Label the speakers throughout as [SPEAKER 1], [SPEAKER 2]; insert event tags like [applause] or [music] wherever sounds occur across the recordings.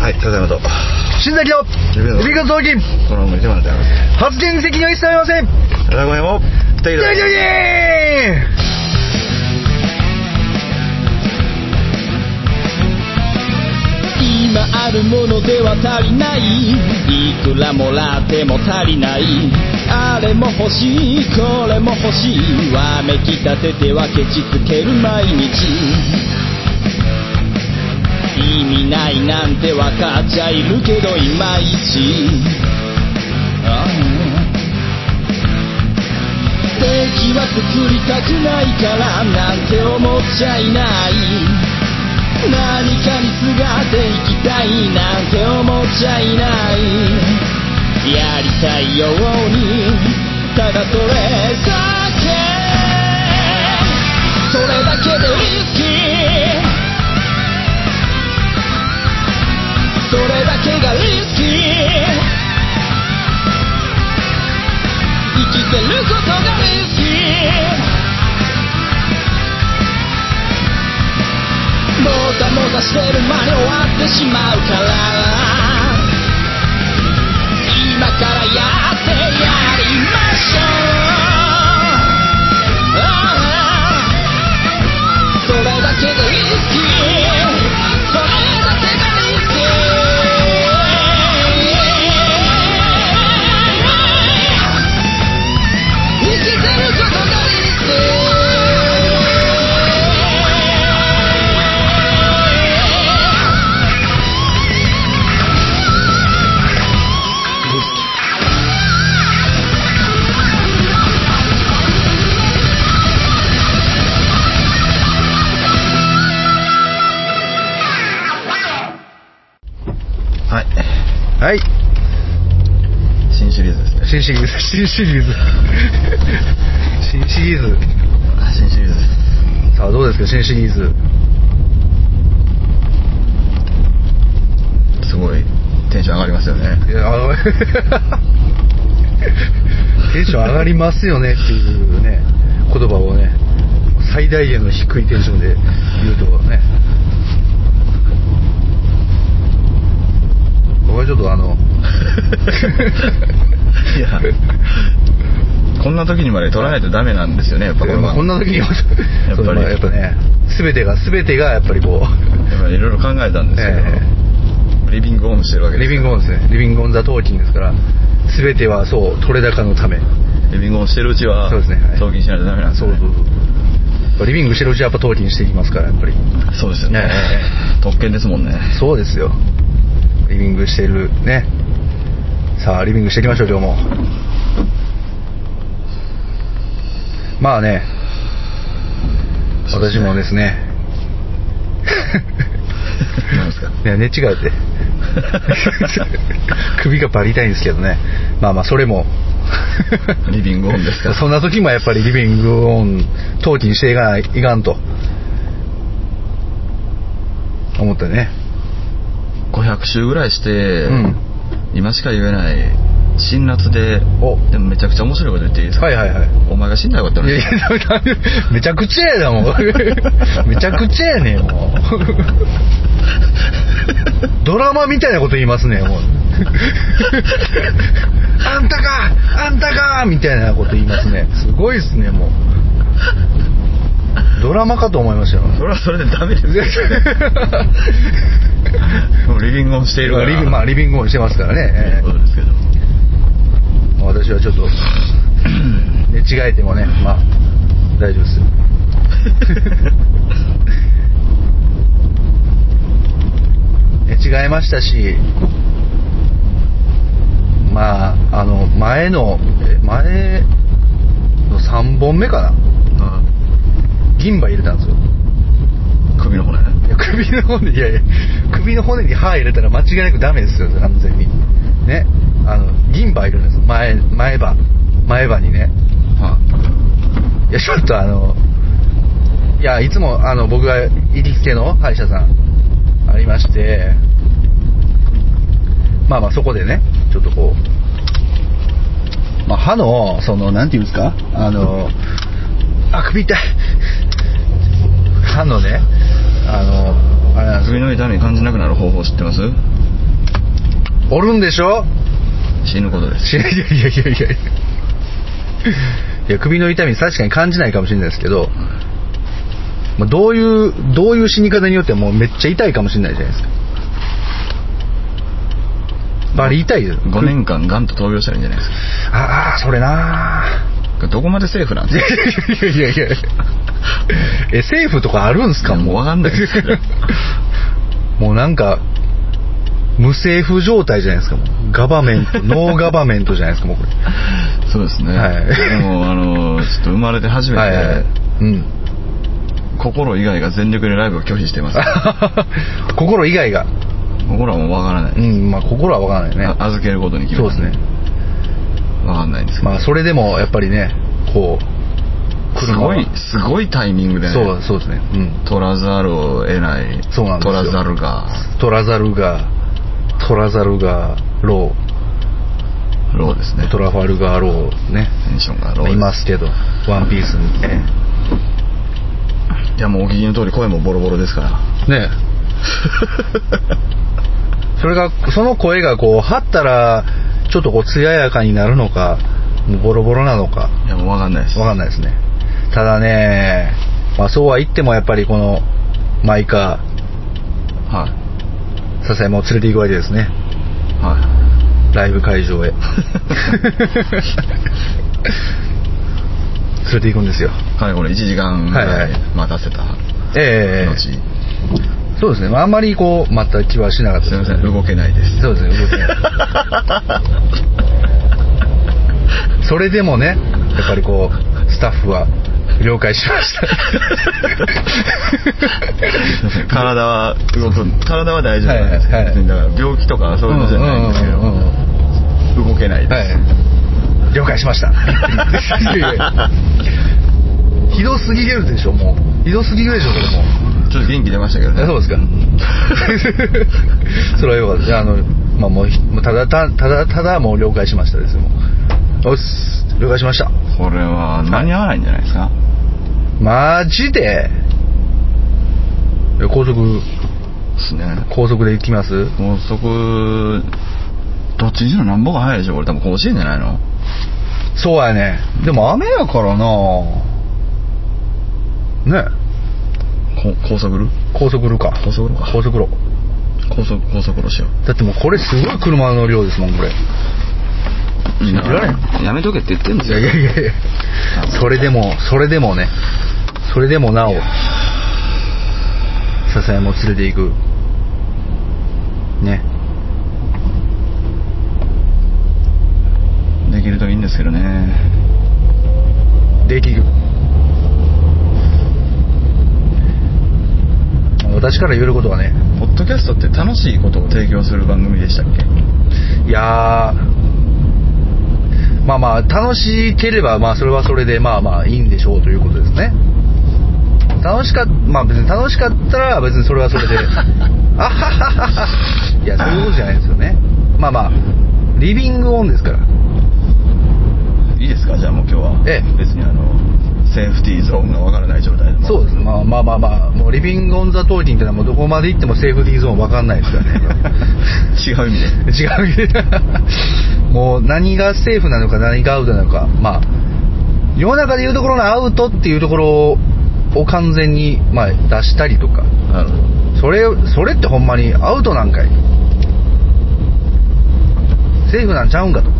[SPEAKER 1] はい、ただいまと。
[SPEAKER 2] 新崎の指が届き
[SPEAKER 1] このまま一番であります。
[SPEAKER 2] 発言責任を一切ありません
[SPEAKER 1] ラゴメも、二人
[SPEAKER 2] ジャジャジャー
[SPEAKER 3] 今あるものでは足りないいくらもらっても足りないあれも欲しいこれも欲しいわめきたててはケチつける毎日意味ないなんてわかっちゃいるけどいまいちああ敵は作りたくないからなんて思っちゃいない何かにすがっていきたいなんて思っちゃいないやりたいようにただそれだけそれだけでリスキーそれだけがリスキー生きてることがリスキーもたもたしてる間に終わってしまうから今からやってやりましょうああそれだけでリスキーそれだけがリスキー生きてることがリスキー
[SPEAKER 1] はい。
[SPEAKER 2] イはい
[SPEAKER 1] 新シリーズですね。
[SPEAKER 2] 新シリーズ新シリーズ新シリーズ
[SPEAKER 1] あ新シリーズ。
[SPEAKER 2] さあどうですか新シリーズ
[SPEAKER 1] すごい、テンション上がりますよ
[SPEAKER 2] [laughs]
[SPEAKER 1] ね。
[SPEAKER 2] いやあのテンション上がりますよねっていうね言葉をね最大限の低いテンションで言うとね僕はちょっとあ [laughs] の
[SPEAKER 1] いや、こんな時にまで取らないとダメなんですよね、やっぱこれ
[SPEAKER 2] まあ
[SPEAKER 1] は。
[SPEAKER 2] こんな時には
[SPEAKER 1] やっぱり
[SPEAKER 2] そうまあやっぱね全てが全てがやっぱりこう、
[SPEAKER 1] やっぱいろいろ考えたんですけど、
[SPEAKER 2] え
[SPEAKER 1] リビングオンしてるわ
[SPEAKER 2] え
[SPEAKER 1] けです
[SPEAKER 2] リビングオンですねリビングオン・ザ・トーキンですから全てはそう取れ高のため
[SPEAKER 1] リビングオンしてるうちは
[SPEAKER 2] そうですねはい
[SPEAKER 1] 送金しないとダメなんです
[SPEAKER 2] そ
[SPEAKER 1] よ
[SPEAKER 2] う
[SPEAKER 1] ね
[SPEAKER 2] そうそうリビングしてるうちはやっぱトーキンしていきますからやっぱり
[SPEAKER 1] そうですよね
[SPEAKER 2] え
[SPEAKER 1] 特権ですもんね
[SPEAKER 2] そうですよリビングしてるねさあリビングしていきましょう今日もまあね
[SPEAKER 1] そうです
[SPEAKER 2] 私
[SPEAKER 1] ね
[SPEAKER 2] もですね
[SPEAKER 1] [laughs] なん
[SPEAKER 2] [laughs]
[SPEAKER 1] ですか
[SPEAKER 2] いや寝違えて首がバリ痛いんですけどねまあまあそれ [laughs] も
[SPEAKER 1] リビングオンですか
[SPEAKER 2] そんな時もやっぱりリビングオン陶器にしていかないいかんと思ったね
[SPEAKER 1] 500周ぐらいして、
[SPEAKER 2] うん
[SPEAKER 1] 今しか言えない辛辣で
[SPEAKER 2] お
[SPEAKER 1] でもめちゃくちゃ面白いこと言っていいですか、
[SPEAKER 2] はいはいはい
[SPEAKER 1] お前が死んだよかったの
[SPEAKER 2] い
[SPEAKER 1] に
[SPEAKER 2] やい [laughs] や、だめめちゃくちゃやだもん。 [laughs] めちゃくちゃやねん、もう。 [laughs] ドラマみたいなこと言いますね、もう。 [laughs] あんたかあんたかみたいなこと言いますね。すごいっすね、もう。ドラマかと思い
[SPEAKER 1] [laughs]
[SPEAKER 2] ましたよ。
[SPEAKER 1] それはそれでダメですよもうリビングオンしているから
[SPEAKER 2] リビまあ、リビングオンしてますからね
[SPEAKER 1] という。ことですけ
[SPEAKER 2] [laughs]
[SPEAKER 1] ど
[SPEAKER 2] えー私はちょっと、寝違えてもね、まあ、大丈夫ですよ。寝違えましたしまああの前のえ前の3本目かな
[SPEAKER 1] あ
[SPEAKER 2] 銀歯入れたんですよ
[SPEAKER 1] 首の骨
[SPEAKER 2] いや首の骨いやいや首の骨に歯入れたら間違いなくダメですよ完全にねあの銀歯入れるんです前前歯前歯にねいやちょっとあのいやいつもあの僕が行きつけの歯医者さんありましてまあまあそこでねちょっとこう、まあ、歯のそのなんていうんですかあのあ首痛い歯のねあのあれなんですよ
[SPEAKER 1] 首の痛み感じなくなる方法知ってます
[SPEAKER 2] おるんでしょ
[SPEAKER 1] 死ぬことです
[SPEAKER 2] いやいやいやいやいやいやいや首の痛み確かに感じないかもしれないですけど、まあ、どういうどういう死に方によってはもうめっちゃ痛いかもしれないじゃないですかまああれ痛いよ
[SPEAKER 1] 5年間がんと闘病したらいいんじゃないです
[SPEAKER 2] ああそれなー
[SPEAKER 1] かこれどこまでセーフなん
[SPEAKER 2] い
[SPEAKER 1] です
[SPEAKER 2] や
[SPEAKER 1] か
[SPEAKER 2] いやいやいやえ政府とかあるんすか
[SPEAKER 1] いや
[SPEAKER 2] もう
[SPEAKER 1] もうわかんないです
[SPEAKER 2] もうなんか無政府状態じゃないですかもうガバメントノーガバメントじゃないですかもうこれ
[SPEAKER 1] [laughs] そうですね、
[SPEAKER 2] はい
[SPEAKER 1] でもあのちょっと生まれて初めて、
[SPEAKER 2] はいはいはいうん
[SPEAKER 1] 心以外が全力でライブを拒否してます
[SPEAKER 2] [laughs] 心以外が
[SPEAKER 1] 心はもうわからない、
[SPEAKER 2] うんまあ心は分からないね
[SPEAKER 1] あ預けることに決
[SPEAKER 2] そ
[SPEAKER 1] め
[SPEAKER 2] う
[SPEAKER 1] た
[SPEAKER 2] ですね
[SPEAKER 1] わかんないんですけど、
[SPEAKER 2] まあそれでもやっぱりねこう
[SPEAKER 1] すごいすごいタイミングで、ね、
[SPEAKER 2] そうそうですねうん
[SPEAKER 1] 取らざるを得ない
[SPEAKER 2] そうなんです
[SPEAKER 1] 取
[SPEAKER 2] よ
[SPEAKER 1] らざるが
[SPEAKER 2] 取らざるが取らざるがロ
[SPEAKER 1] ローですね
[SPEAKER 2] ートラファルガーローね
[SPEAKER 1] テンションがローです
[SPEAKER 2] いますけどワンピースにね
[SPEAKER 1] いやもうお聞きの通り声もボロボロですから [laughs]
[SPEAKER 2] ねそれがその声がこう張ったらちょっとこう艶やかになるのかもうボロボロなのか
[SPEAKER 1] いやもうわかんないです
[SPEAKER 2] わかんないですねただね、まあ、そうは言ってもやっぱりこのマイカ
[SPEAKER 1] はい
[SPEAKER 2] 笹山を連れて行くわけですね
[SPEAKER 1] は
[SPEAKER 2] ライブ会
[SPEAKER 1] [laughs]
[SPEAKER 2] 場へ連れて行くんですよ
[SPEAKER 1] いかれこれ1時間ぐら
[SPEAKER 2] はいはい
[SPEAKER 1] 待たせた後、
[SPEAKER 2] ええそうですね、まあ、あんまりこう待った気はしなかった
[SPEAKER 1] すい
[SPEAKER 2] で
[SPEAKER 1] ますせ
[SPEAKER 2] ね
[SPEAKER 1] ん動けないです
[SPEAKER 2] そうですね動
[SPEAKER 1] [laughs]
[SPEAKER 2] けないそれでもねやっぱりこうスタッフは了解しました
[SPEAKER 1] 体は動く体は大丈夫なんですけど、
[SPEAKER 2] はいはい
[SPEAKER 1] 別にだから病気とかそういうのじゃないんですけど、
[SPEAKER 2] ううんうんうん
[SPEAKER 1] 動けないです、
[SPEAKER 2] はい了解しま [laughs] したいやいやひどすぎるでしょもうひどすぎるでしょそれも
[SPEAKER 1] ちょっと元気出ましたけどね
[SPEAKER 2] あそうですか [laughs] それはよかったいやあのまあもうひもうただたただただもう了解しましたですよもうおっす了解しました
[SPEAKER 1] これは間に合わないんじゃないですか、
[SPEAKER 2] マジでいや高速
[SPEAKER 1] ですね
[SPEAKER 2] 高速で行きます
[SPEAKER 1] 高速どっちにしろなんぼが早いでしょこれ多分甲子園じゃないの
[SPEAKER 2] そうやねでも雨やからなね
[SPEAKER 1] こ高速路
[SPEAKER 2] 高速路か
[SPEAKER 1] 高速路か
[SPEAKER 2] 高速路
[SPEAKER 1] 高速高速路しよ
[SPEAKER 2] だってもうこれすごい車の量ですもんこれいう信じられん
[SPEAKER 1] やめとけって言ってんですよ
[SPEAKER 2] やいやいやいやそれでもそれでもねそれでもなお笹山を連れていくね
[SPEAKER 1] できるといいんですけどね
[SPEAKER 2] できる私から言えることはね
[SPEAKER 1] ポッドキャストって楽しいことを提供する番組でしたっけ
[SPEAKER 2] いやーまあまあ楽しければまあそれはそれでまあまあいいんでしょうということですね楽しかっまあ別に楽しかったら別にそれはそ [laughs] れであははははいやそういうことじゃないですよねまあまあリビングオンですから
[SPEAKER 1] いいですかじゃあもう今日は
[SPEAKER 2] ええ
[SPEAKER 1] 別にあのセーフティーゾーンがわからない状態でも
[SPEAKER 2] そうですまあまあまあまあもうリビングオンザトーキンってのはもうどこまで行ってもセーフティーゾーンわかんないですからね
[SPEAKER 1] 違う意味で
[SPEAKER 2] [laughs] 違うもう何がセーフなのか何がアウトなのかまあ世の中でいうところのアウトっていうところを完全に、まあ、出したりとか
[SPEAKER 1] なるほど
[SPEAKER 2] それそれってほんまにアウトなんかいセーフなんちゃうんかと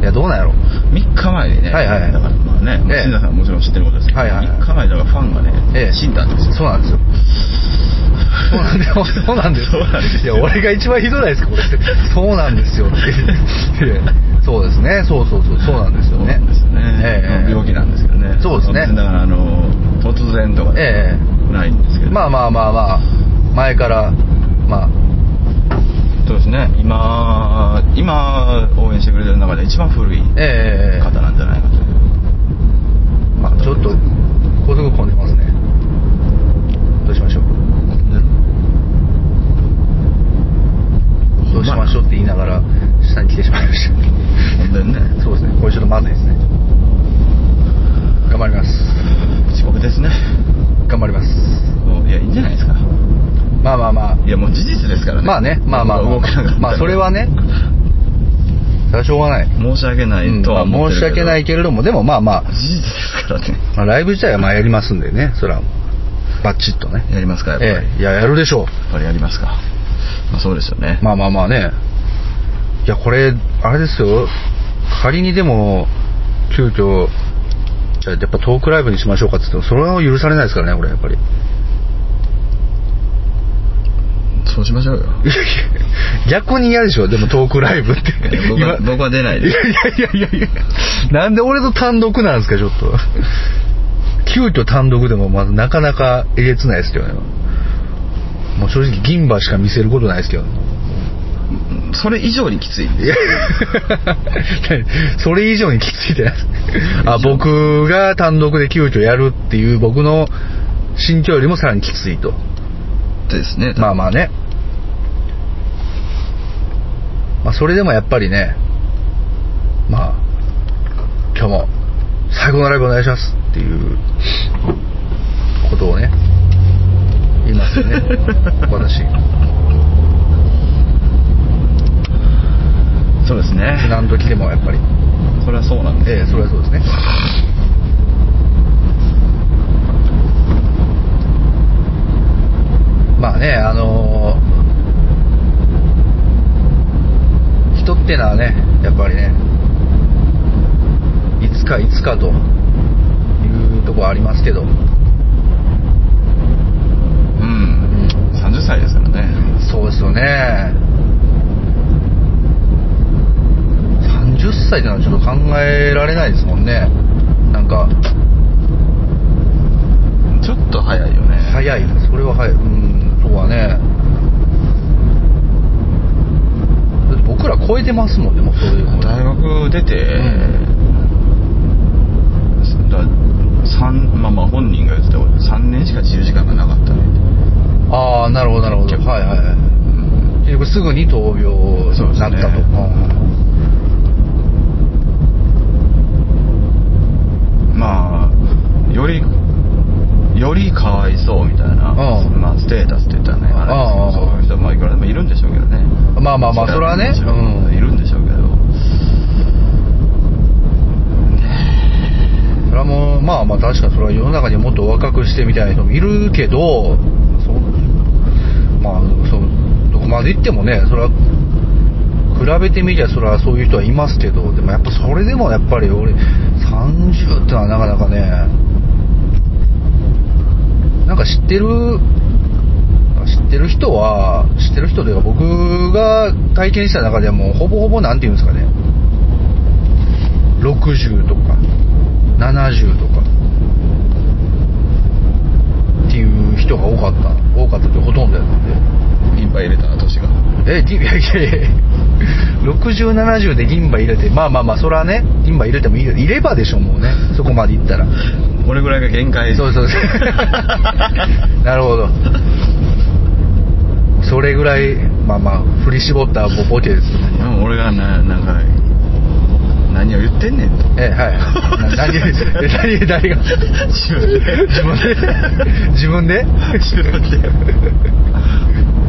[SPEAKER 2] いやどうなんやろ
[SPEAKER 1] 3日前にね、
[SPEAKER 2] はいはいはい
[SPEAKER 1] だからまあね、
[SPEAKER 2] ええ
[SPEAKER 1] 新田さんもちろん知ってることですけど、
[SPEAKER 2] はいはいはい
[SPEAKER 1] 3日前だからファンがね、
[SPEAKER 2] ええ
[SPEAKER 1] 死んだんですよ
[SPEAKER 2] そうなんですよそうなんですよそうなんです
[SPEAKER 1] [laughs] そうなんです
[SPEAKER 2] いや
[SPEAKER 1] よ
[SPEAKER 2] 俺が一番ひどないですかこれそうなんですよっていやそうですねそうそうそうそうなんですよ
[SPEAKER 1] そう
[SPEAKER 2] ね
[SPEAKER 1] なんですよね、
[SPEAKER 2] ええ
[SPEAKER 1] 病気なんですけどね
[SPEAKER 2] そうですね
[SPEAKER 1] 別にだからあの突然とかね
[SPEAKER 2] え
[SPEAKER 1] ないんですけ
[SPEAKER 2] え
[SPEAKER 1] ど、
[SPEAKER 2] まあまあまあまあ前からまあ
[SPEAKER 1] そうですね今今応援してくれてる中で一番古い
[SPEAKER 2] ええ
[SPEAKER 1] 方なんじゃないかという、
[SPEAKER 2] まあちょっと高速混んでますねどうしましょうどうしましょうって言いながら下に来てしまいまし
[SPEAKER 1] ほんでね
[SPEAKER 2] たそうですねこれちょっとまずいですね頑張ります
[SPEAKER 1] 遅刻ですね
[SPEAKER 2] 頑張ります
[SPEAKER 1] もういやいいんじゃないですか
[SPEAKER 2] まあまあまあ
[SPEAKER 1] いやもう事実ですからね
[SPEAKER 2] まあねまあまあまあ
[SPEAKER 1] 僕が動かなかったら
[SPEAKER 2] まあそれはねそれはしょうがない。
[SPEAKER 1] 申し訳ないとは
[SPEAKER 2] うん
[SPEAKER 1] 思
[SPEAKER 2] ま
[SPEAKER 1] っ
[SPEAKER 2] あ
[SPEAKER 1] て
[SPEAKER 2] 申し
[SPEAKER 1] るけ
[SPEAKER 2] 訳
[SPEAKER 1] ど、
[SPEAKER 2] ないけれども、でもまあま
[SPEAKER 1] 事
[SPEAKER 2] あ、
[SPEAKER 1] 実ですからね
[SPEAKER 2] まあライブ自体はまあやりますんでね、それはもう、バッチッとね。
[SPEAKER 1] やりますかやっぱり、
[SPEAKER 2] ええ、いや、やるでしょ
[SPEAKER 1] やっぱりやりますか、まあ、そうですよね
[SPEAKER 2] う。まあまあまあね。いや、これ、あれですよ。仮にでも、急遽、じゃあやっぱトークライブにしましょうかって言っても、それは許されないですからね、これ、やっぱり。 [laughs]
[SPEAKER 1] そうしましょうよ
[SPEAKER 2] いやいや逆に嫌でしょでもトークライブって
[SPEAKER 1] いや僕は
[SPEAKER 2] 今
[SPEAKER 1] 僕は出ない
[SPEAKER 2] い
[SPEAKER 1] で
[SPEAKER 2] や
[SPEAKER 1] す
[SPEAKER 2] いやいやいやなんで俺と単独なんですかちょっと急遽単独でもまずなかなかえげつないですけどねもう正直銀歯しか見せることないですけど
[SPEAKER 1] それ以上にきつい
[SPEAKER 2] いや [laughs] それ以上にきついじゃないですあ僕が単独で急遽やるっていう僕の心境よりもさらにきついと
[SPEAKER 1] ですね
[SPEAKER 2] まあまあね。まあそれでもやっぱりね、まあ、今日も最高のライブお願いしますっていうことをね、言いますよね、私。
[SPEAKER 1] そうですね
[SPEAKER 2] 何時でもやっぱり。
[SPEAKER 1] これはそうなんです
[SPEAKER 2] ええ、それはそうですね。まあね、あのー人ってのはね、やっぱりね、いつかいつかというところありますけど、
[SPEAKER 1] うん30歳ですからね
[SPEAKER 2] そうですよね。30歳ってのはちょっと考えられないですもんね。なんか、
[SPEAKER 1] ちょっと早いよね
[SPEAKER 2] 早いそれは早いうんそうはねだって僕ら超えてますもんねもうそういうの
[SPEAKER 1] 大学出て、だ三まあまあ本人が言ってたこと3年しか自由時間がなかったね、
[SPEAKER 2] ああなるほどなるほどはいはいはい
[SPEAKER 1] うん
[SPEAKER 2] 結局すぐに闘病
[SPEAKER 1] そうで
[SPEAKER 2] に
[SPEAKER 1] す
[SPEAKER 2] なっ
[SPEAKER 1] ね
[SPEAKER 2] たとうん
[SPEAKER 1] まあよりよりかわいそうみたいな、
[SPEAKER 2] うん
[SPEAKER 1] まあ、ステータスって言ったらねあれですけど
[SPEAKER 2] う
[SPEAKER 1] そう
[SPEAKER 2] ん
[SPEAKER 1] いう人まあいくらでもいるんでしょうけどね
[SPEAKER 2] まあまあまあそれはね
[SPEAKER 1] もちろん
[SPEAKER 2] うん
[SPEAKER 1] いるんでしょうけど、
[SPEAKER 2] それはもうまあまあ確かにそれは世の中にはもっと若くしてみたいな人もいるけどそうまあそうどこまで行ってもねそれは比べてみりゃそれはそういう人はいますけどでもやっぱそれでもやっぱり俺30ってのはなかなかねなんか知ってる知ってる人は知ってる人というか僕が体験した中ではもうほぼほぼなんていうんですかね60とか70とかっていう人が多かった多かったってほとんどやったんで
[SPEAKER 1] 銀杯入れた年が
[SPEAKER 2] え [laughs] 銀いやいやいや6070で銀歯入れてまあまあまあそれはね銀歯入れてもいいよ入れ歯でしょもうねそこまでいったら
[SPEAKER 1] 俺ぐらいが限界
[SPEAKER 2] そう
[SPEAKER 1] [laughs]
[SPEAKER 2] そうそうなるほどそれぐらいまあまあ振り絞ったボボケですよね
[SPEAKER 1] でも俺がななんか何を言ってんねん [laughs] と
[SPEAKER 2] ええはいな何え何
[SPEAKER 1] [laughs]
[SPEAKER 2] 誰が
[SPEAKER 1] 自分で
[SPEAKER 2] 自分で自分で
[SPEAKER 1] 自分で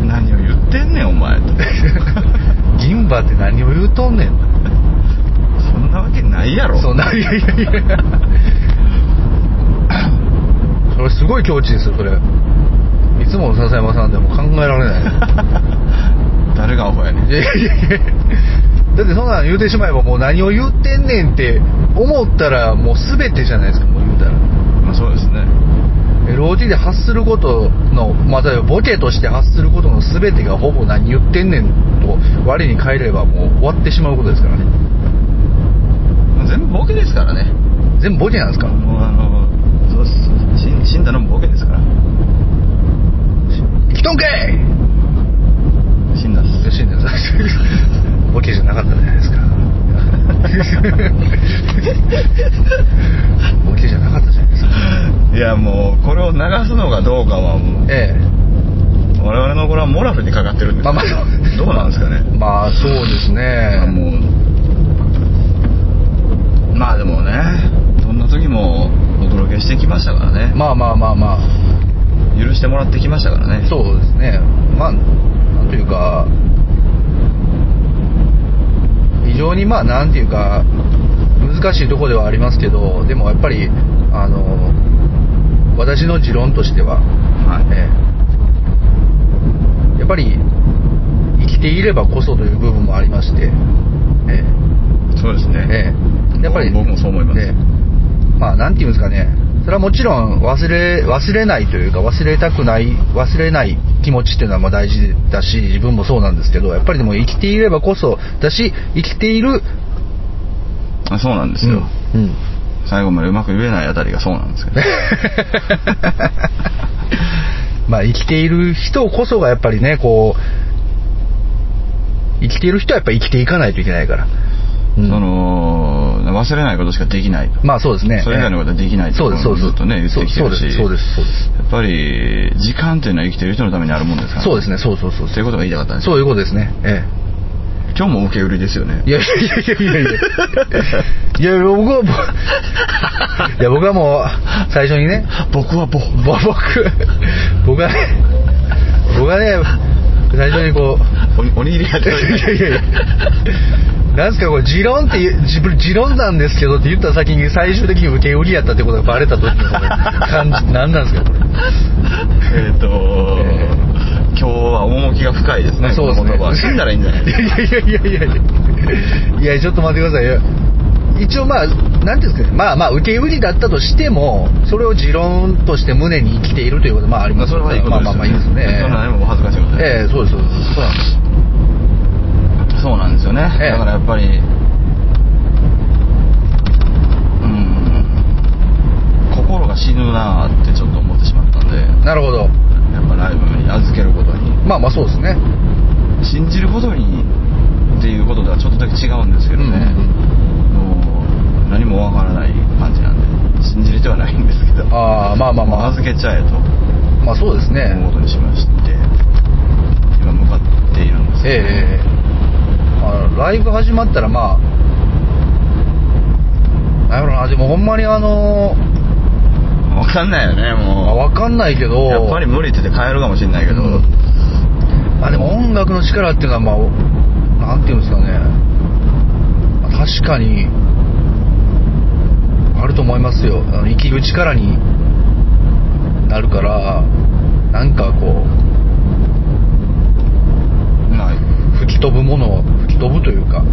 [SPEAKER 1] 何を言ってんねんお前と
[SPEAKER 2] 銀歯って何を言うとんねん
[SPEAKER 1] そんなわけないやろ
[SPEAKER 2] そんないやいやいやそれすごい境地ですよそれいつもの笹山さんでも考えら
[SPEAKER 1] [laughs]
[SPEAKER 2] れない
[SPEAKER 1] [laughs] 誰がアホやねん
[SPEAKER 2] いやいやいやだってそんなん言うてしまえばもう何を言ってんねんって思ったらもう全てじゃないですかもう言うたら
[SPEAKER 1] まあそうですね
[SPEAKER 2] LOT で発することの、またボケとして発することの全てがほぼ何言ってんねんと我に返ればもう終わってしまうことですからね
[SPEAKER 1] 全部ボケですからね
[SPEAKER 2] 全部ボケなんですか
[SPEAKER 1] もうあのそうし死ん死んだのもボケですから
[SPEAKER 2] 生きとんかい
[SPEAKER 1] 死んだっ [laughs] す
[SPEAKER 2] 死んでるボケじゃなかったじゃないですかボケじゃなかったじゃないですか
[SPEAKER 1] [laughs] いやもうこれを流すのかどうかはもう
[SPEAKER 2] え
[SPEAKER 1] 我々のこれはモラルにかかってるん
[SPEAKER 2] え
[SPEAKER 1] です
[SPEAKER 2] まあまあ
[SPEAKER 1] どうなんですかね
[SPEAKER 2] まあそうですね
[SPEAKER 1] まあもうまあでもねどんな時もお届けしてきましたからね、
[SPEAKER 2] まあまあまあまあ
[SPEAKER 1] 許してもらってきましたからね
[SPEAKER 2] そうですねまあなんというか非常にまあなんていうか難しいとこではありますけどでもやっぱりあの私の持論としては、
[SPEAKER 1] はい。
[SPEAKER 2] ええやっぱり生きていればこそという部分もありまして、ええ
[SPEAKER 1] そうですね。
[SPEAKER 2] ええ、やっぱり
[SPEAKER 1] 僕もそう思います
[SPEAKER 2] ええまあなんていうんですかねそれはもちろん忘れ忘れないというか忘れたくない忘れない気持ちっていうのはまあ大事だし自分もそうなんですけどやっぱりでも生きていればこそだし生きている
[SPEAKER 1] あそうなんですよ。
[SPEAKER 2] うんうん
[SPEAKER 1] 最後までうまく言えないあたりがそうなんですけど。
[SPEAKER 2] [laughs] まあ生きている人こそがやっぱりねこう生きている人はやっぱ生きていかないといけないから、うん
[SPEAKER 1] その、忘れないことしかできないと。
[SPEAKER 2] まあそうですね
[SPEAKER 1] それ以外のことはできないって
[SPEAKER 2] そうですそうです
[SPEAKER 1] ずっとね、言ってきてるし。
[SPEAKER 2] そうですそうです
[SPEAKER 1] やっぱり、時間っていうのは生きてる人のためにあるもんですから、
[SPEAKER 2] そうですねそうそうそう
[SPEAKER 1] ということが言いたかったんです
[SPEAKER 2] そういうことですねええ
[SPEAKER 1] 今日も受け売りですよね
[SPEAKER 2] い。やいやいやいやいやいやいや僕は僕いや僕はもう最初にね
[SPEAKER 1] 僕はぼ、
[SPEAKER 2] ぼ僕僕はね僕はね最初にこう
[SPEAKER 1] おおにぎりが
[SPEAKER 2] い
[SPEAKER 1] 出
[SPEAKER 2] や
[SPEAKER 1] て
[SPEAKER 2] いや
[SPEAKER 1] る
[SPEAKER 2] いやいやなんすかこれ持論って言う自分持論なんですけどって言った先に最終的に受け売りやったってことがバレた時のこれ感じ何なんですかこれ
[SPEAKER 1] えっと、
[SPEAKER 2] え
[SPEAKER 1] 今日は趣が深いですね。
[SPEAKER 2] そうですね
[SPEAKER 1] この言葉死んだらいいんじゃないですか。
[SPEAKER 2] [laughs] いやいやいやいやいやいやちょっと待ってくださいよ一応まあなんていうんですかねまあまあ受け売りだったとしてもそれを持論として胸に生きているということもあ
[SPEAKER 1] [laughs]
[SPEAKER 2] り
[SPEAKER 1] まあ
[SPEAKER 2] ます
[SPEAKER 1] それはいいこと
[SPEAKER 2] まあ
[SPEAKER 1] ですよね。
[SPEAKER 2] まあまあいいですね
[SPEAKER 1] そんなのもお恥ずかしいことで。
[SPEAKER 2] ええそうですそうですそうなんです
[SPEAKER 1] そうなんですよね。だ
[SPEAKER 2] ええ
[SPEAKER 1] からやっぱり、うん、心が死ぬなーってちょっと思ってしまったんで、
[SPEAKER 2] なるほど
[SPEAKER 1] やっぱライブに預けることに、
[SPEAKER 2] まあまあそうですね
[SPEAKER 1] 信じることにっていうことではちょっとだけ違うんですけどね。もう何もわからない感じなんで信じれてはないんですけど
[SPEAKER 2] ああまあまあまあ
[SPEAKER 1] 預けちゃえと
[SPEAKER 2] まあそうですね
[SPEAKER 1] 思うことにしまして今向かっているんですけど
[SPEAKER 2] ええまあライブ始まったらまあなんやろなでもほんまにあの
[SPEAKER 1] わかんないよね
[SPEAKER 2] まあ
[SPEAKER 1] も
[SPEAKER 2] わかんないけ
[SPEAKER 1] う
[SPEAKER 2] ど
[SPEAKER 1] やっぱり無理って言って帰るかもしれないけど、
[SPEAKER 2] うんまあでも音楽の力っていうのはまあおなんていうんですかね、まあ確かにあると思いますよあの生きる力になるからなんかこう
[SPEAKER 1] ない
[SPEAKER 2] 吹き飛ぶものを吹き飛ぶというか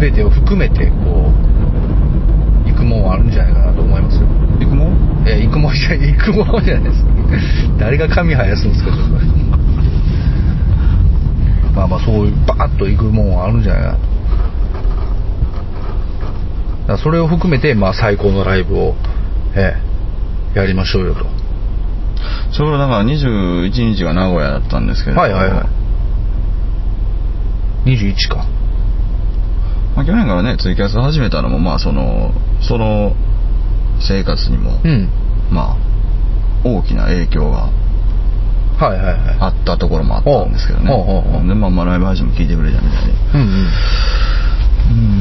[SPEAKER 2] 全てを含めてこう行くもんはあるんじゃないかなと思いますよ
[SPEAKER 1] 行くもん
[SPEAKER 2] え行くもんじゃ [laughs] 行くもんじゃないです誰が髪生やすんですかちょっとまあまあそういうバーッと行くもんはあるんじゃないかなだからそれを含めてまあ最高のライブを、ええやりましょうよと
[SPEAKER 1] ちょうどだから21日が名古屋だったんですけど
[SPEAKER 2] はいはいはい21か
[SPEAKER 1] まあ、去年からねツイキャス始めたのもまあそのその生活にも、
[SPEAKER 2] うん
[SPEAKER 1] まあ大きな影響が
[SPEAKER 2] はいはいはい
[SPEAKER 1] あったところもあったんですけどね
[SPEAKER 2] おうおうおうおう
[SPEAKER 1] でまあまあライブ配信も聞いてくれたみたいで
[SPEAKER 2] うん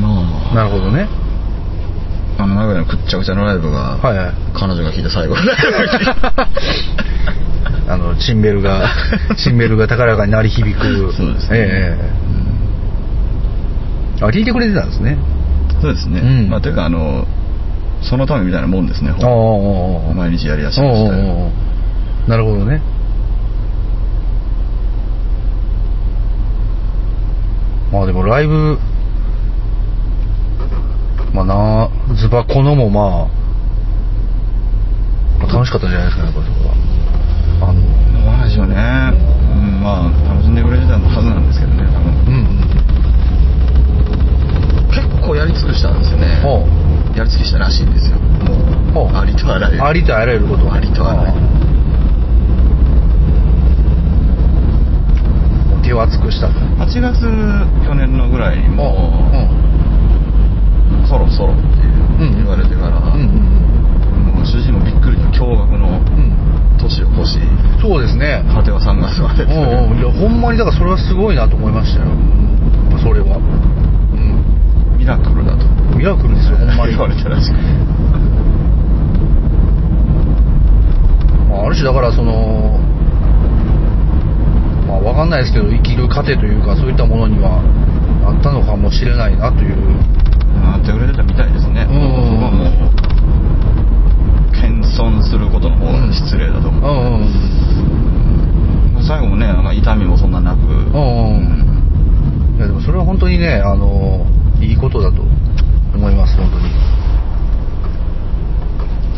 [SPEAKER 2] うん
[SPEAKER 1] うんまあ
[SPEAKER 2] なるほどね
[SPEAKER 1] あの名古屋のくっちゃくちゃのライブが、
[SPEAKER 2] はいはい
[SPEAKER 1] 彼女が聞いた最後のライ
[SPEAKER 2] あのチンベル [laughs] がチンベルが高らかに鳴り響 [laughs] く
[SPEAKER 1] そうですね
[SPEAKER 2] ええあ聞いてくれてたんですね
[SPEAKER 1] ブそうですね、
[SPEAKER 2] うん
[SPEAKER 1] まあというかあのそのためみたいなもんですね
[SPEAKER 2] ああああああ
[SPEAKER 1] 毎日やりだしましたよ
[SPEAKER 2] おうおうおうなるほどねまあでもライブまあなズバコのもまあ楽しかったんじゃないですかねこれそこはあ
[SPEAKER 1] ど
[SPEAKER 2] の
[SPEAKER 1] うなんでしょうね、うん、まあ楽しんでくれてたはずなんですけどね多分
[SPEAKER 2] うん
[SPEAKER 1] 結構やり尽くしたんですよね
[SPEAKER 2] うんおう
[SPEAKER 1] やり尽くしたらしいんですよも
[SPEAKER 2] お
[SPEAKER 1] うありとあらゆる
[SPEAKER 2] ありとあらゆること
[SPEAKER 1] ありとあらゆる
[SPEAKER 2] る手は尽くしたと
[SPEAKER 1] 8月去年のぐらいにも
[SPEAKER 2] う
[SPEAKER 1] そろそろって
[SPEAKER 2] うん
[SPEAKER 1] 言われてから、
[SPEAKER 2] んうん
[SPEAKER 1] もう主人もびっくりの驚愕の
[SPEAKER 2] うんうん
[SPEAKER 1] 年を越し
[SPEAKER 2] そうですね
[SPEAKER 1] 果ては3月までですね
[SPEAKER 2] うんうんいやほんまにだからそれはすごいなと思いましたよそれはうん
[SPEAKER 1] ミラクルだと
[SPEAKER 2] ミラクルです
[SPEAKER 1] [laughs]
[SPEAKER 2] よほんまに
[SPEAKER 1] 言われたらしく
[SPEAKER 2] まあある種だからそのまあわかんないですけど生きる糧というかそういったものにはあったのかもしれないなという
[SPEAKER 1] なって売れてたみたいですね
[SPEAKER 2] うんうんうん
[SPEAKER 1] 僕はもう謙遜することの方が失礼だと
[SPEAKER 2] うん
[SPEAKER 1] 思う、最後もねなんか痛みもそんななく
[SPEAKER 2] うんうんうんいやでもそれは本当にねあのいいことだと思います本当に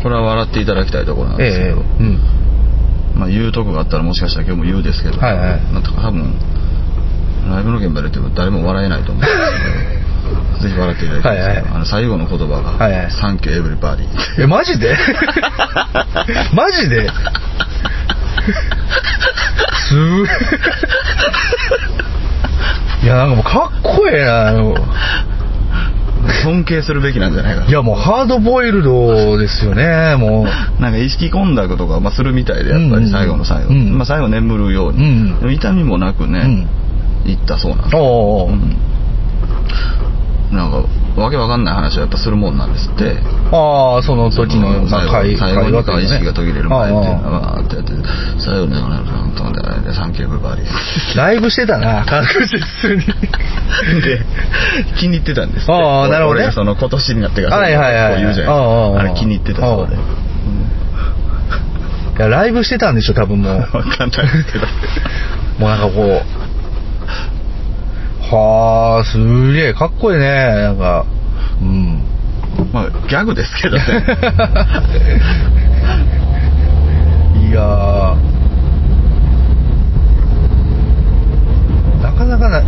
[SPEAKER 1] これは笑っていただきたいところなんですけど、
[SPEAKER 2] うん
[SPEAKER 1] まあ、言うとこがあったらもしかしたら今日も言うですけど、
[SPEAKER 2] はいはい
[SPEAKER 1] なんとか多分ライブの現場で言っても誰も笑えないと思うん
[SPEAKER 2] [laughs]
[SPEAKER 1] ですけどぜひ笑っていただきたいですけど、
[SPEAKER 2] はいはい
[SPEAKER 1] あの最後の言葉が「
[SPEAKER 2] はいはい
[SPEAKER 1] サンキューエブリバディ」
[SPEAKER 2] えマジ
[SPEAKER 1] [laughs]
[SPEAKER 2] でマジですいやなんかもうかっこええなもう
[SPEAKER 1] 尊敬するべきなんじゃ
[SPEAKER 2] [laughs]
[SPEAKER 1] ないかない
[SPEAKER 2] やもうハードボイルドですよねも
[SPEAKER 1] なんか意識混濁とか、まあ、するみたいでやっぱ
[SPEAKER 2] うん
[SPEAKER 1] り最後の最後、
[SPEAKER 2] うん
[SPEAKER 1] まあ、最後眠るよう
[SPEAKER 2] うう
[SPEAKER 1] に、
[SPEAKER 2] ん
[SPEAKER 1] でも痛みもなく
[SPEAKER 2] う
[SPEAKER 1] ね
[SPEAKER 2] ん、
[SPEAKER 1] 行ったそうなんです
[SPEAKER 2] おーおーおー
[SPEAKER 1] うんなんかわけわかんない話はやっぱするもんなんですって
[SPEAKER 2] ああその時のま
[SPEAKER 1] 最
[SPEAKER 2] あ
[SPEAKER 1] 後
[SPEAKER 2] 会
[SPEAKER 1] 最後に
[SPEAKER 2] 会話というかね
[SPEAKER 1] 意識が途切れる前っていうのは
[SPEAKER 2] ああ
[SPEAKER 1] わーってやって最後になんかなんとかなんとかでサンキューブバーリー
[SPEAKER 2] ライブしてたな [laughs] 確実に
[SPEAKER 1] [laughs] で気に入ってたんですって
[SPEAKER 2] ああなるほどね
[SPEAKER 1] 俺がその今年になってから
[SPEAKER 2] はいはいはい
[SPEAKER 1] こう言うじゃ
[SPEAKER 2] ああ
[SPEAKER 1] ない
[SPEAKER 2] ああ
[SPEAKER 1] ですかあれ気に入ってたそうで
[SPEAKER 2] あいやライブしてたんでしょ多分
[SPEAKER 1] [laughs]
[SPEAKER 2] もう
[SPEAKER 1] 分かんないですけど
[SPEAKER 2] もうなんかこうはあすげえかっこいいねなんかうん
[SPEAKER 1] まあギャグです
[SPEAKER 2] [laughs]
[SPEAKER 1] けどね
[SPEAKER 2] いやーなかなかなだ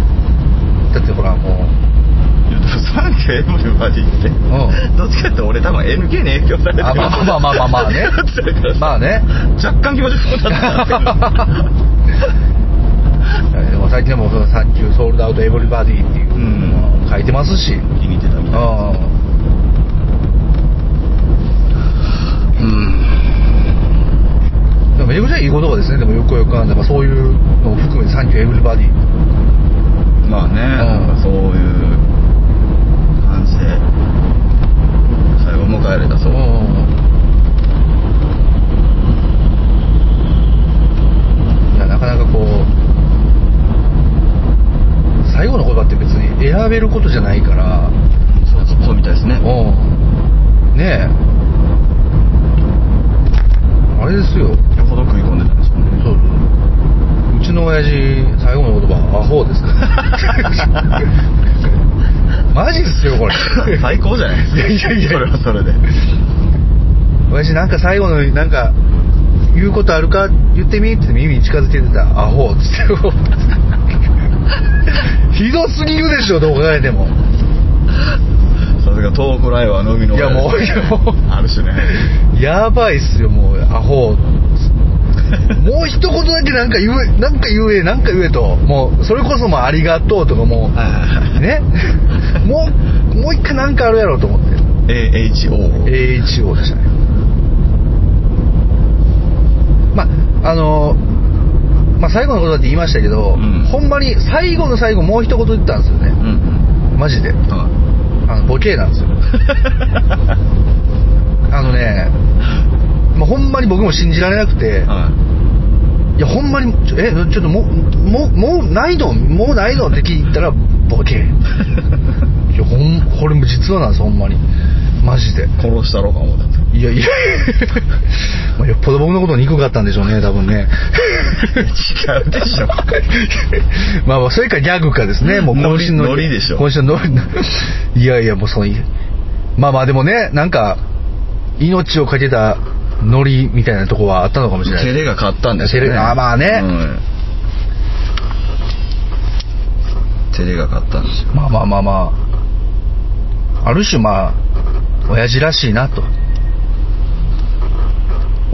[SPEAKER 2] ってほら [laughs] もう
[SPEAKER 1] 言うとサンキューエブリバディって、
[SPEAKER 2] ん
[SPEAKER 1] どっちかっていうと俺多分 NK に影響されてる
[SPEAKER 2] あまあまあまあまあ
[SPEAKER 1] [laughs]
[SPEAKER 2] [laughs] まあねまあね
[SPEAKER 1] 若干気持ち不くなってたんですけど
[SPEAKER 2] でも最近はもうその「サンキューソールドアウトエブリバディ」っていううん書いてますし
[SPEAKER 1] 気に入ってたみたい
[SPEAKER 2] [laughs] あ
[SPEAKER 1] うん
[SPEAKER 2] あでもめちゃくちゃいい言葉ですねでもよくよく考えたらまあそういうのも含めて「サンキューエブリバディ」
[SPEAKER 1] まあね、
[SPEAKER 2] うん
[SPEAKER 1] そういう感じで最後迎えれたそう、
[SPEAKER 2] いやなかなかこう最後の言葉って別に選べることじゃないから
[SPEAKER 1] そうそうそうみたいですね
[SPEAKER 2] うんねえあれですよ
[SPEAKER 1] よほど食い込んでたんですよね
[SPEAKER 2] そううちの親父最後の言葉アホですからマジですよこれ
[SPEAKER 1] 最高じゃないですか
[SPEAKER 2] いやいやいや
[SPEAKER 1] それはそれで
[SPEAKER 2] 親父なんか最後のなんか言うことあるか言ってみって耳に近づけてたアホっつってひどすぎるでしょどう考えても
[SPEAKER 1] さすがトークライブはのみの
[SPEAKER 2] いやもういやもう
[SPEAKER 1] あるしね
[SPEAKER 2] やばいっすよもうアホもう一言だけなんか言えなんか言えなんか言えともうそれこそもうありがとうとかもうねもうもう一回なんかあるやろうと思って
[SPEAKER 1] AHO
[SPEAKER 2] AHO でしたねまああのまあ最後のことだって言いましたけど、
[SPEAKER 1] うん
[SPEAKER 2] ほんまに最後の最後もう一言言ったんですよ
[SPEAKER 1] う
[SPEAKER 2] ね
[SPEAKER 1] んうん
[SPEAKER 2] マジで
[SPEAKER 1] は
[SPEAKER 2] あのボケなんですよあのね、まあ、ほんまに僕も信じられなくて、
[SPEAKER 1] い
[SPEAKER 2] [laughs]
[SPEAKER 1] はい
[SPEAKER 2] やほんまにちょえちょっともうもうもうないのもうないのって聞いたらボケいやほんこれも実はなんですほんまにマジで
[SPEAKER 1] い殺したろうか思ったんです
[SPEAKER 2] いやいや
[SPEAKER 1] [laughs]
[SPEAKER 2] まあよっぽど僕のこと憎かったんでしょうね多分
[SPEAKER 1] [laughs]
[SPEAKER 2] ね
[SPEAKER 1] 違うでしょ
[SPEAKER 2] まあまあそれかギャグかですねもう
[SPEAKER 1] ノリ
[SPEAKER 2] 渾身の
[SPEAKER 1] ノリでしょ
[SPEAKER 2] 渾身のノリ [laughs] いやいやもうそのまあまあでもねなんか命を懸けたノリみたいなとこはあったのかもしれない
[SPEAKER 1] 照れが勝ったんですよ
[SPEAKER 2] 照れあまあね
[SPEAKER 1] うん照れが勝ったんですよ
[SPEAKER 2] まあまあまあまあある種まあ親父らしいなと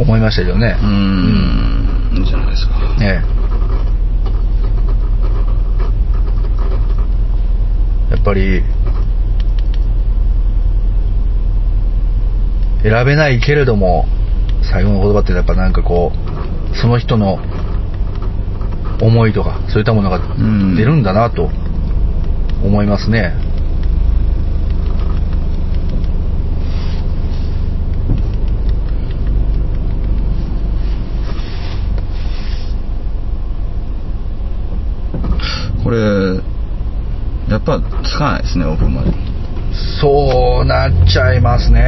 [SPEAKER 2] 思いましたけどね
[SPEAKER 1] うーんいいじゃないですか
[SPEAKER 2] ねえやっぱり選べないけれども最後の言葉ってやっぱなんかこうその人の思いとかそういったものが
[SPEAKER 1] ん
[SPEAKER 2] 出るんだなと思いますね、
[SPEAKER 1] これやっぱつかないですねオープン
[SPEAKER 2] [laughs]
[SPEAKER 1] まで
[SPEAKER 2] そうなっちゃいますね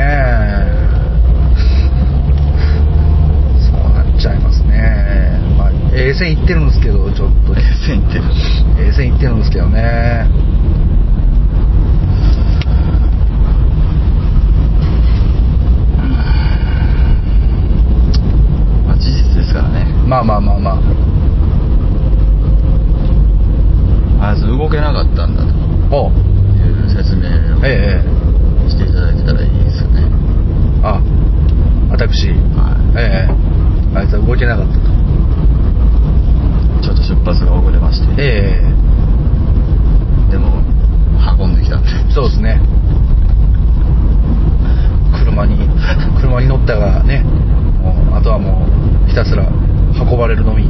[SPEAKER 2] そうなっちゃいますねまあ A 線行ってるんですけどちょっと
[SPEAKER 1] 線行ってる
[SPEAKER 2] A 線行ってるんですけどね
[SPEAKER 1] まあ事実ですからね
[SPEAKER 2] まあまあまあまあ
[SPEAKER 1] あいつ動けなかったんだと
[SPEAKER 2] おう
[SPEAKER 1] いう説明を
[SPEAKER 2] えええ
[SPEAKER 1] していただけたらいいですよね
[SPEAKER 2] えあ私
[SPEAKER 1] は
[SPEAKER 2] ええあいつは動けなかったと
[SPEAKER 1] いちょっと出発が遅れまして
[SPEAKER 2] ええ
[SPEAKER 1] でも運んできたんで
[SPEAKER 2] そうですね車に [laughs] 車に乗ったがねもうあとはもうひたすら運ばれるのみ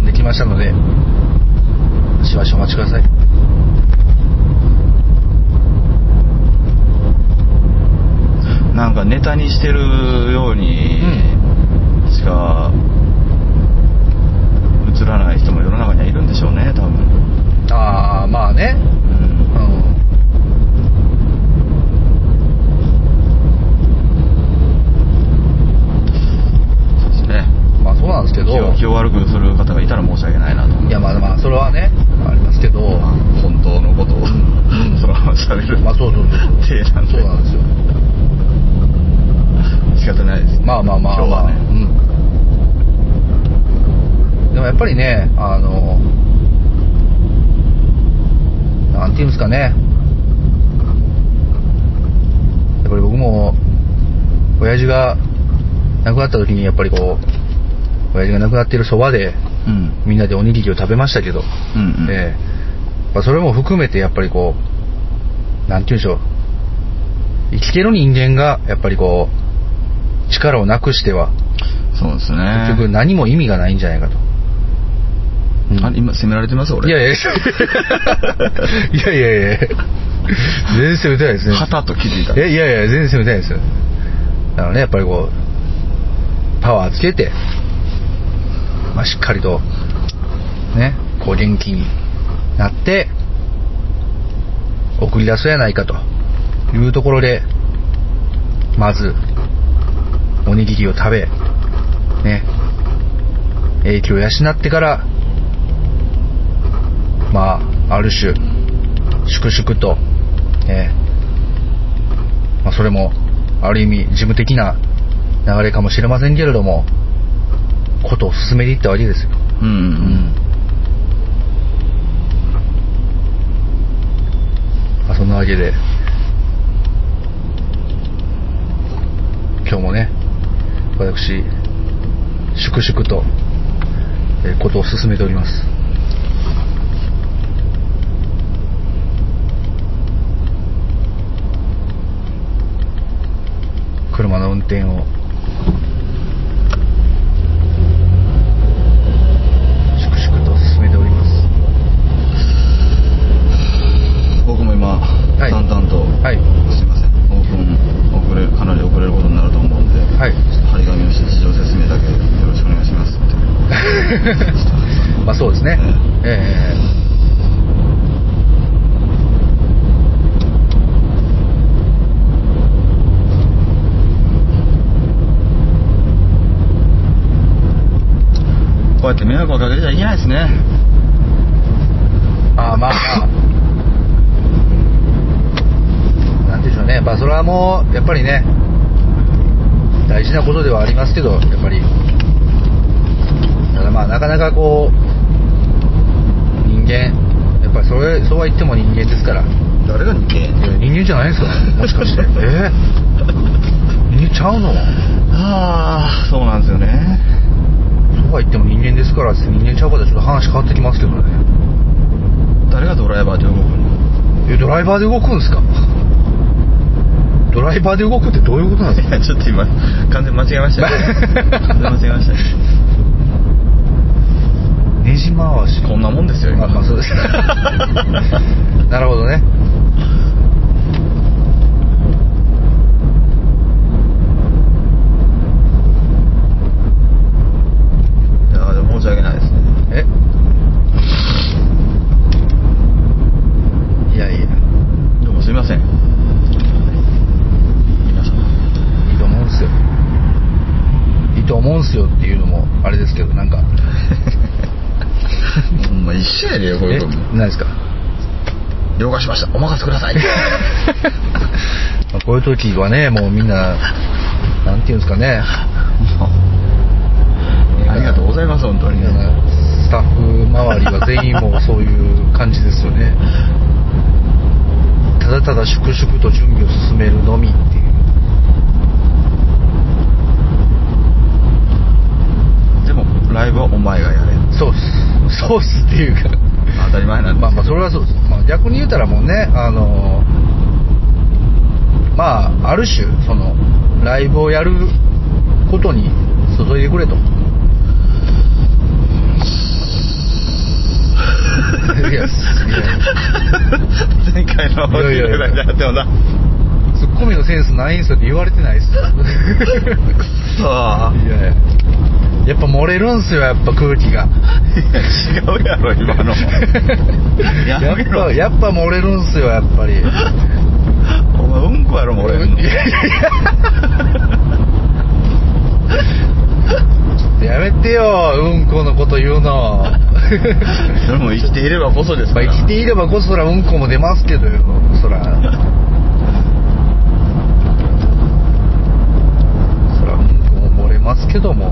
[SPEAKER 2] 運んできましたのでしばしお待ちください
[SPEAKER 1] なんかネタにしてるようにしか映らない人も世の中にはいるんでしょうね多分
[SPEAKER 2] ああまあね
[SPEAKER 1] うん
[SPEAKER 2] うん
[SPEAKER 1] そうですね
[SPEAKER 2] まあそうなんですけ
[SPEAKER 1] 気
[SPEAKER 2] ど
[SPEAKER 1] を気を悪くする方がいたら申し訳ないなと
[SPEAKER 2] いやまあまあそれはねありますけど
[SPEAKER 1] 本当のことを、そのまま喋る
[SPEAKER 2] まあそうそうそう
[SPEAKER 1] 体なんで
[SPEAKER 2] そうなんですよ
[SPEAKER 1] 仕方ないです
[SPEAKER 2] まあまあまあ、
[SPEAKER 1] 今日はね、
[SPEAKER 2] うん、でもやっぱりねあのなんていうんですかねやっぱり僕も親父が亡くなった時にやっぱりこう親父が亡くなっているそばで
[SPEAKER 1] うん
[SPEAKER 2] みんなでおにぎりを食べましたけど、
[SPEAKER 1] うんうん
[SPEAKER 2] ええまあ、それも含めてやっぱりこうなんていうんでしょう生きてる人間がやっぱりこう力をなくしては
[SPEAKER 1] そうですね
[SPEAKER 2] 結局何も意味がないんじゃないかと。うん
[SPEAKER 1] あ今責められてます
[SPEAKER 2] い
[SPEAKER 1] 俺
[SPEAKER 2] やいや
[SPEAKER 1] [laughs]
[SPEAKER 2] いやいやいや全然攻めてないですね。
[SPEAKER 1] はたと気づいた
[SPEAKER 2] いやいやいや、全然攻めてないですよ。だからね、やっぱりこう、パワーつけて、まあ、しっかりと、ね、こう元気になって、送り出そうやないかというところで、まず、おにぎりを食べ、ね、影響を養ってから、まあ、ある種、粛々と、えーまあ、それもある意味事務的な流れかもしれませんけれどもことを進めていったわけですよ、
[SPEAKER 1] うんうんうん
[SPEAKER 2] まあ、そんなわけで今日もね私粛々と、えーことを進めております車の運転を粛々と進めております
[SPEAKER 1] 僕も今、
[SPEAKER 2] い
[SPEAKER 1] 淡々と、
[SPEAKER 2] はい
[SPEAKER 1] すいませんオープン遅れかなり遅れることになると思うんで、
[SPEAKER 2] はい
[SPEAKER 1] ちょっと張り紙をして事情説明だけよろしくお願いしますって
[SPEAKER 2] [laughs] まあそうですね、ええ
[SPEAKER 1] こうやって迷惑をかけちゃいけないですね
[SPEAKER 2] ああまあまあなんていうんでしょうねやっぱそれはもうやっぱりね大事なことではありますけどやっぱりただまあなかなかこう人間やっぱりそれそうは言っても人間ですから
[SPEAKER 1] 誰が逃げ
[SPEAKER 2] いや人間じゃないですかもし [laughs] かしてええ人間ちゃうの
[SPEAKER 1] ああそうなんですよね
[SPEAKER 2] そうは言っても人間ですからって人間ちゃうかったらちょっと話変わってきますけどね
[SPEAKER 1] 誰がドライバーで動くの
[SPEAKER 2] えドライバーで動くんですかドライバーで動くってどういうことなんです
[SPEAKER 1] い
[SPEAKER 2] か
[SPEAKER 1] や [laughs] ちょっと今完全に間違えましたね
[SPEAKER 2] [laughs]
[SPEAKER 1] 完全に間違えましたね
[SPEAKER 2] ねじ回し
[SPEAKER 1] こんなもんですよ今
[SPEAKER 2] まあまあそうです [laughs]
[SPEAKER 1] [laughs]
[SPEAKER 2] なるほどね
[SPEAKER 1] いやでも申し訳
[SPEAKER 2] もんっすよっていうのもあれですけどなんか
[SPEAKER 1] ほんま一緒やでよこうい
[SPEAKER 2] え
[SPEAKER 1] うとこも
[SPEAKER 2] ないですか
[SPEAKER 1] 了解しましたお任せくださ
[SPEAKER 2] [laughs]
[SPEAKER 1] い
[SPEAKER 2] まあこういう時はねもうみんななんていうんですかね
[SPEAKER 1] もうありがとうございます本当に
[SPEAKER 2] みんな
[SPEAKER 1] ね
[SPEAKER 2] スタッフ周りは全員もうそういう感じですよねただただ粛々と準備を進めるのみっていう
[SPEAKER 1] でもライブはお前がやれ
[SPEAKER 2] そうっすそうっすっていうか
[SPEAKER 1] 当たり前なんですけど
[SPEAKER 2] まあまあそれはそうです、まあ、逆に言うたらもうねあのまあある種そのライブをやることに注いでくれと
[SPEAKER 1] [laughs]
[SPEAKER 2] いやいや
[SPEAKER 1] 前回の
[SPEAKER 2] いやいやいや
[SPEAKER 1] お昼がやってもな
[SPEAKER 2] ツッコミのセンスないんすよって言われてないっすい
[SPEAKER 1] そう
[SPEAKER 2] やいややっぱ漏れるんすよやっぱ空気が [laughs]
[SPEAKER 1] 違うやろ今のや
[SPEAKER 2] や
[SPEAKER 1] め
[SPEAKER 2] っ
[SPEAKER 1] ろ
[SPEAKER 2] ぱやっぱ漏れるんすよやっぱり
[SPEAKER 1] [laughs] お前うんこやろも俺
[SPEAKER 2] いやいやいやちょっとやめてようんこのこと言うの
[SPEAKER 1] それも生きていればこそです
[SPEAKER 2] ま
[SPEAKER 1] か
[SPEAKER 2] あ
[SPEAKER 1] ら
[SPEAKER 2] 生きていればこそそらうんこも出ますけどよそらそらうんこも漏れますけども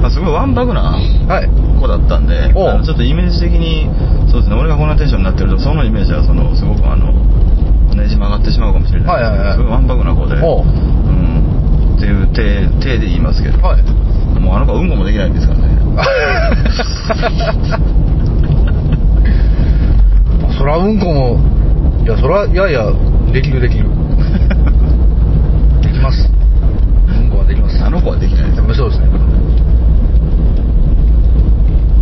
[SPEAKER 1] まあ、すごいわんぱくな
[SPEAKER 2] はい
[SPEAKER 1] 子だったんで
[SPEAKER 2] おう
[SPEAKER 1] あのちょっとイメージ的にそうですね俺がこんなテンションになってるとそのイメージはそのすごくあのねじ曲がってしまうかもしれないですけど、
[SPEAKER 2] はいはいはい
[SPEAKER 1] すごいわんぱくな子で
[SPEAKER 2] お
[SPEAKER 1] う
[SPEAKER 2] う
[SPEAKER 1] んっていう手手で言いますけど
[SPEAKER 2] はい
[SPEAKER 1] もうあの子はうんこもできないんですからね
[SPEAKER 2] [laughs] そらうんこもいやそらいやいやできるできるできますうんこはできます
[SPEAKER 1] あの子はできないです
[SPEAKER 2] やっぱそうですね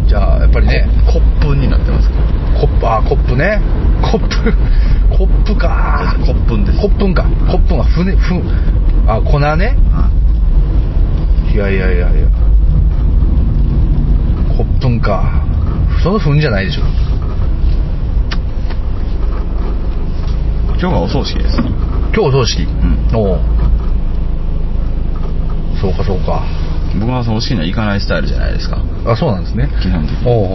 [SPEAKER 2] じゃあやっぱりね
[SPEAKER 1] コップになってますから
[SPEAKER 2] コップあコップねコップ [laughs] コップか
[SPEAKER 1] コップンです
[SPEAKER 2] コップンかコップンは船ふあ粉ね
[SPEAKER 1] はい
[SPEAKER 2] やいやいやいやコップンかその粉じゃないでしょ
[SPEAKER 1] い今日がお葬式です
[SPEAKER 2] 今日お葬式、
[SPEAKER 1] ん
[SPEAKER 2] おうそうかそうか
[SPEAKER 1] 僕はそのお式には行かないスタイルじゃないですか
[SPEAKER 2] あそうなんですね
[SPEAKER 1] 基本的に
[SPEAKER 2] おうお
[SPEAKER 1] [laughs]
[SPEAKER 2] うおう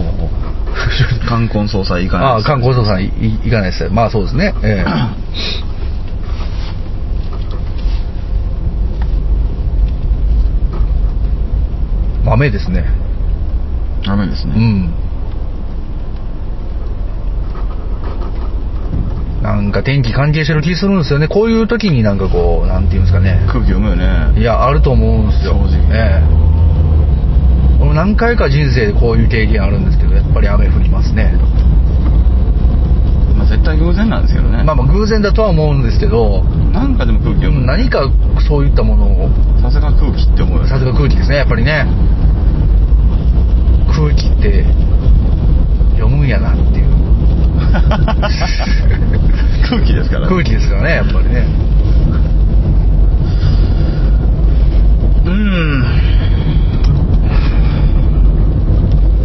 [SPEAKER 1] 冠婚葬祭行かない
[SPEAKER 2] あ
[SPEAKER 1] で
[SPEAKER 2] あ
[SPEAKER 1] す
[SPEAKER 2] 観光総さんいい行かないですまあそうですね
[SPEAKER 1] [laughs]
[SPEAKER 2] ええ豆ですね
[SPEAKER 1] ダメです
[SPEAKER 2] う
[SPEAKER 1] ね、
[SPEAKER 2] んなんか天気関係してる気するんですよねこういう時になんかこうなんていうんですかね
[SPEAKER 1] 空気読むよね
[SPEAKER 2] いやあると思うんですよ
[SPEAKER 1] 正直
[SPEAKER 2] ええ俺も何回か人生でこういう経験あるんですけどやっぱり雨降りますね
[SPEAKER 1] まあ、絶対偶然なんですけどね、
[SPEAKER 2] まあまあ偶然だとは思うんですけど
[SPEAKER 1] なんかでも空気読む、
[SPEAKER 2] 何かそういったものを
[SPEAKER 1] さすが空気って思うよね
[SPEAKER 2] さすが空気ですねやっぱりね空気って読むんやなっていう
[SPEAKER 1] [laughs] 空気ですから、
[SPEAKER 2] 空気ですからねやっぱりね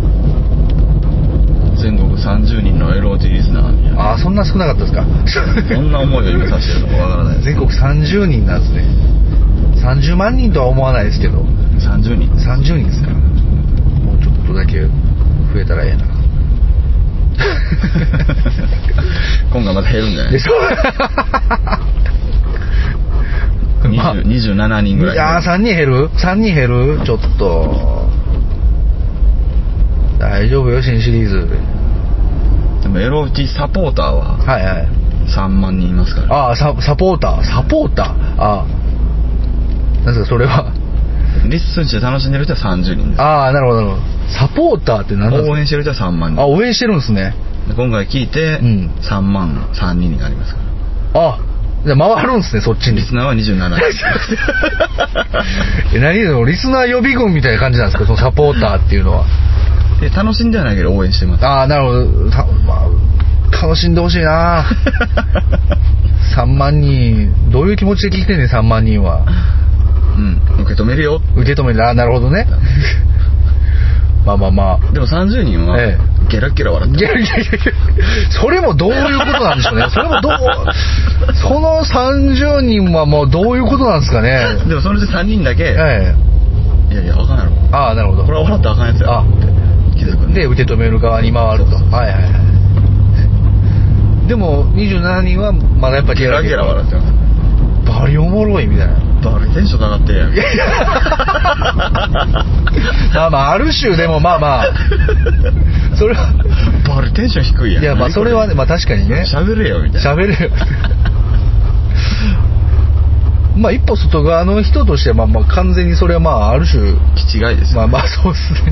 [SPEAKER 1] うん全国30人の LOT リスナーに
[SPEAKER 2] ああそんな少なかったですか
[SPEAKER 1] どんな思いを今さしてるのかわからない
[SPEAKER 2] 全国30人なんですね30万人とは思わないですけど
[SPEAKER 1] 30人
[SPEAKER 2] 30人ですからもうちょっとだけ増えた
[SPEAKER 1] [laughs]
[SPEAKER 2] らええな
[SPEAKER 1] 今回また減るんじゃない
[SPEAKER 2] で
[SPEAKER 1] です
[SPEAKER 2] そ
[SPEAKER 1] か
[SPEAKER 2] うまあ
[SPEAKER 1] 27人ぐらい
[SPEAKER 2] いやー3人減る3人減るちょっと大丈夫よ新シリーズ
[SPEAKER 1] でも LOT サポーターは
[SPEAKER 2] はいはい
[SPEAKER 1] 3万人いますから
[SPEAKER 2] ああササポーターサポーターああなんですかそれは
[SPEAKER 1] リッスンして楽しんでる人は30人です
[SPEAKER 2] ああなるほどなるほどサポーターって何なんです
[SPEAKER 1] 応
[SPEAKER 2] か
[SPEAKER 1] 援してる人は3万
[SPEAKER 2] あ
[SPEAKER 1] 人
[SPEAKER 2] 応援してるんですね
[SPEAKER 1] で今回聞いて
[SPEAKER 2] うん
[SPEAKER 1] 3万3人になりますから
[SPEAKER 2] あじゃあ回るんですねそっちに
[SPEAKER 1] リスナーは27
[SPEAKER 2] [laughs] え何そのリスナー予備軍みたいな感じなんですかそのサポーターっていうのは
[SPEAKER 1] 人で楽しんではないけど応援してます
[SPEAKER 2] ああなるほどた、まあ、楽しんでほしい
[SPEAKER 1] [laughs]
[SPEAKER 2] な3万人どういう気持ちで聞いてんねん3万人は
[SPEAKER 1] うん受け止めるよ
[SPEAKER 2] 受け止めるああなるほど
[SPEAKER 1] [laughs]
[SPEAKER 2] ねまあまあまあ
[SPEAKER 1] でも30人は
[SPEAKER 2] え
[SPEAKER 1] ゲラゲラ笑っ
[SPEAKER 2] い
[SPEAKER 1] て
[SPEAKER 2] やいやいやいやそれもどういうことなんでしょうね
[SPEAKER 1] [laughs]
[SPEAKER 2] それもどうその30人はもうどういうことなんですかね
[SPEAKER 1] るでもそのうち3人だけ
[SPEAKER 2] ええ
[SPEAKER 1] いやい
[SPEAKER 2] ああなるほど
[SPEAKER 1] これは笑ったらあかんやつや
[SPEAKER 2] あ
[SPEAKER 1] 気づくん
[SPEAKER 2] で受け止める側に回るとはいはいはいでも27人はまだやっぱ
[SPEAKER 1] ゲラゲラ笑ってます
[SPEAKER 2] バリおもろいみたいな
[SPEAKER 1] バリテンション上がってるや [laughs] ん
[SPEAKER 2] まあまあある種でもまあまあそれは
[SPEAKER 1] バリテンション低いやん
[SPEAKER 2] いやまあ
[SPEAKER 1] 何
[SPEAKER 2] そ
[SPEAKER 1] こ
[SPEAKER 2] れはねまあ確かにね
[SPEAKER 1] 喋れよみたいな
[SPEAKER 2] 喋るよ [laughs] まあ一歩外側の人としてはまあまあ完全にそれはまあある種
[SPEAKER 1] 気違いです
[SPEAKER 2] ま
[SPEAKER 1] よ
[SPEAKER 2] あまあそうっすね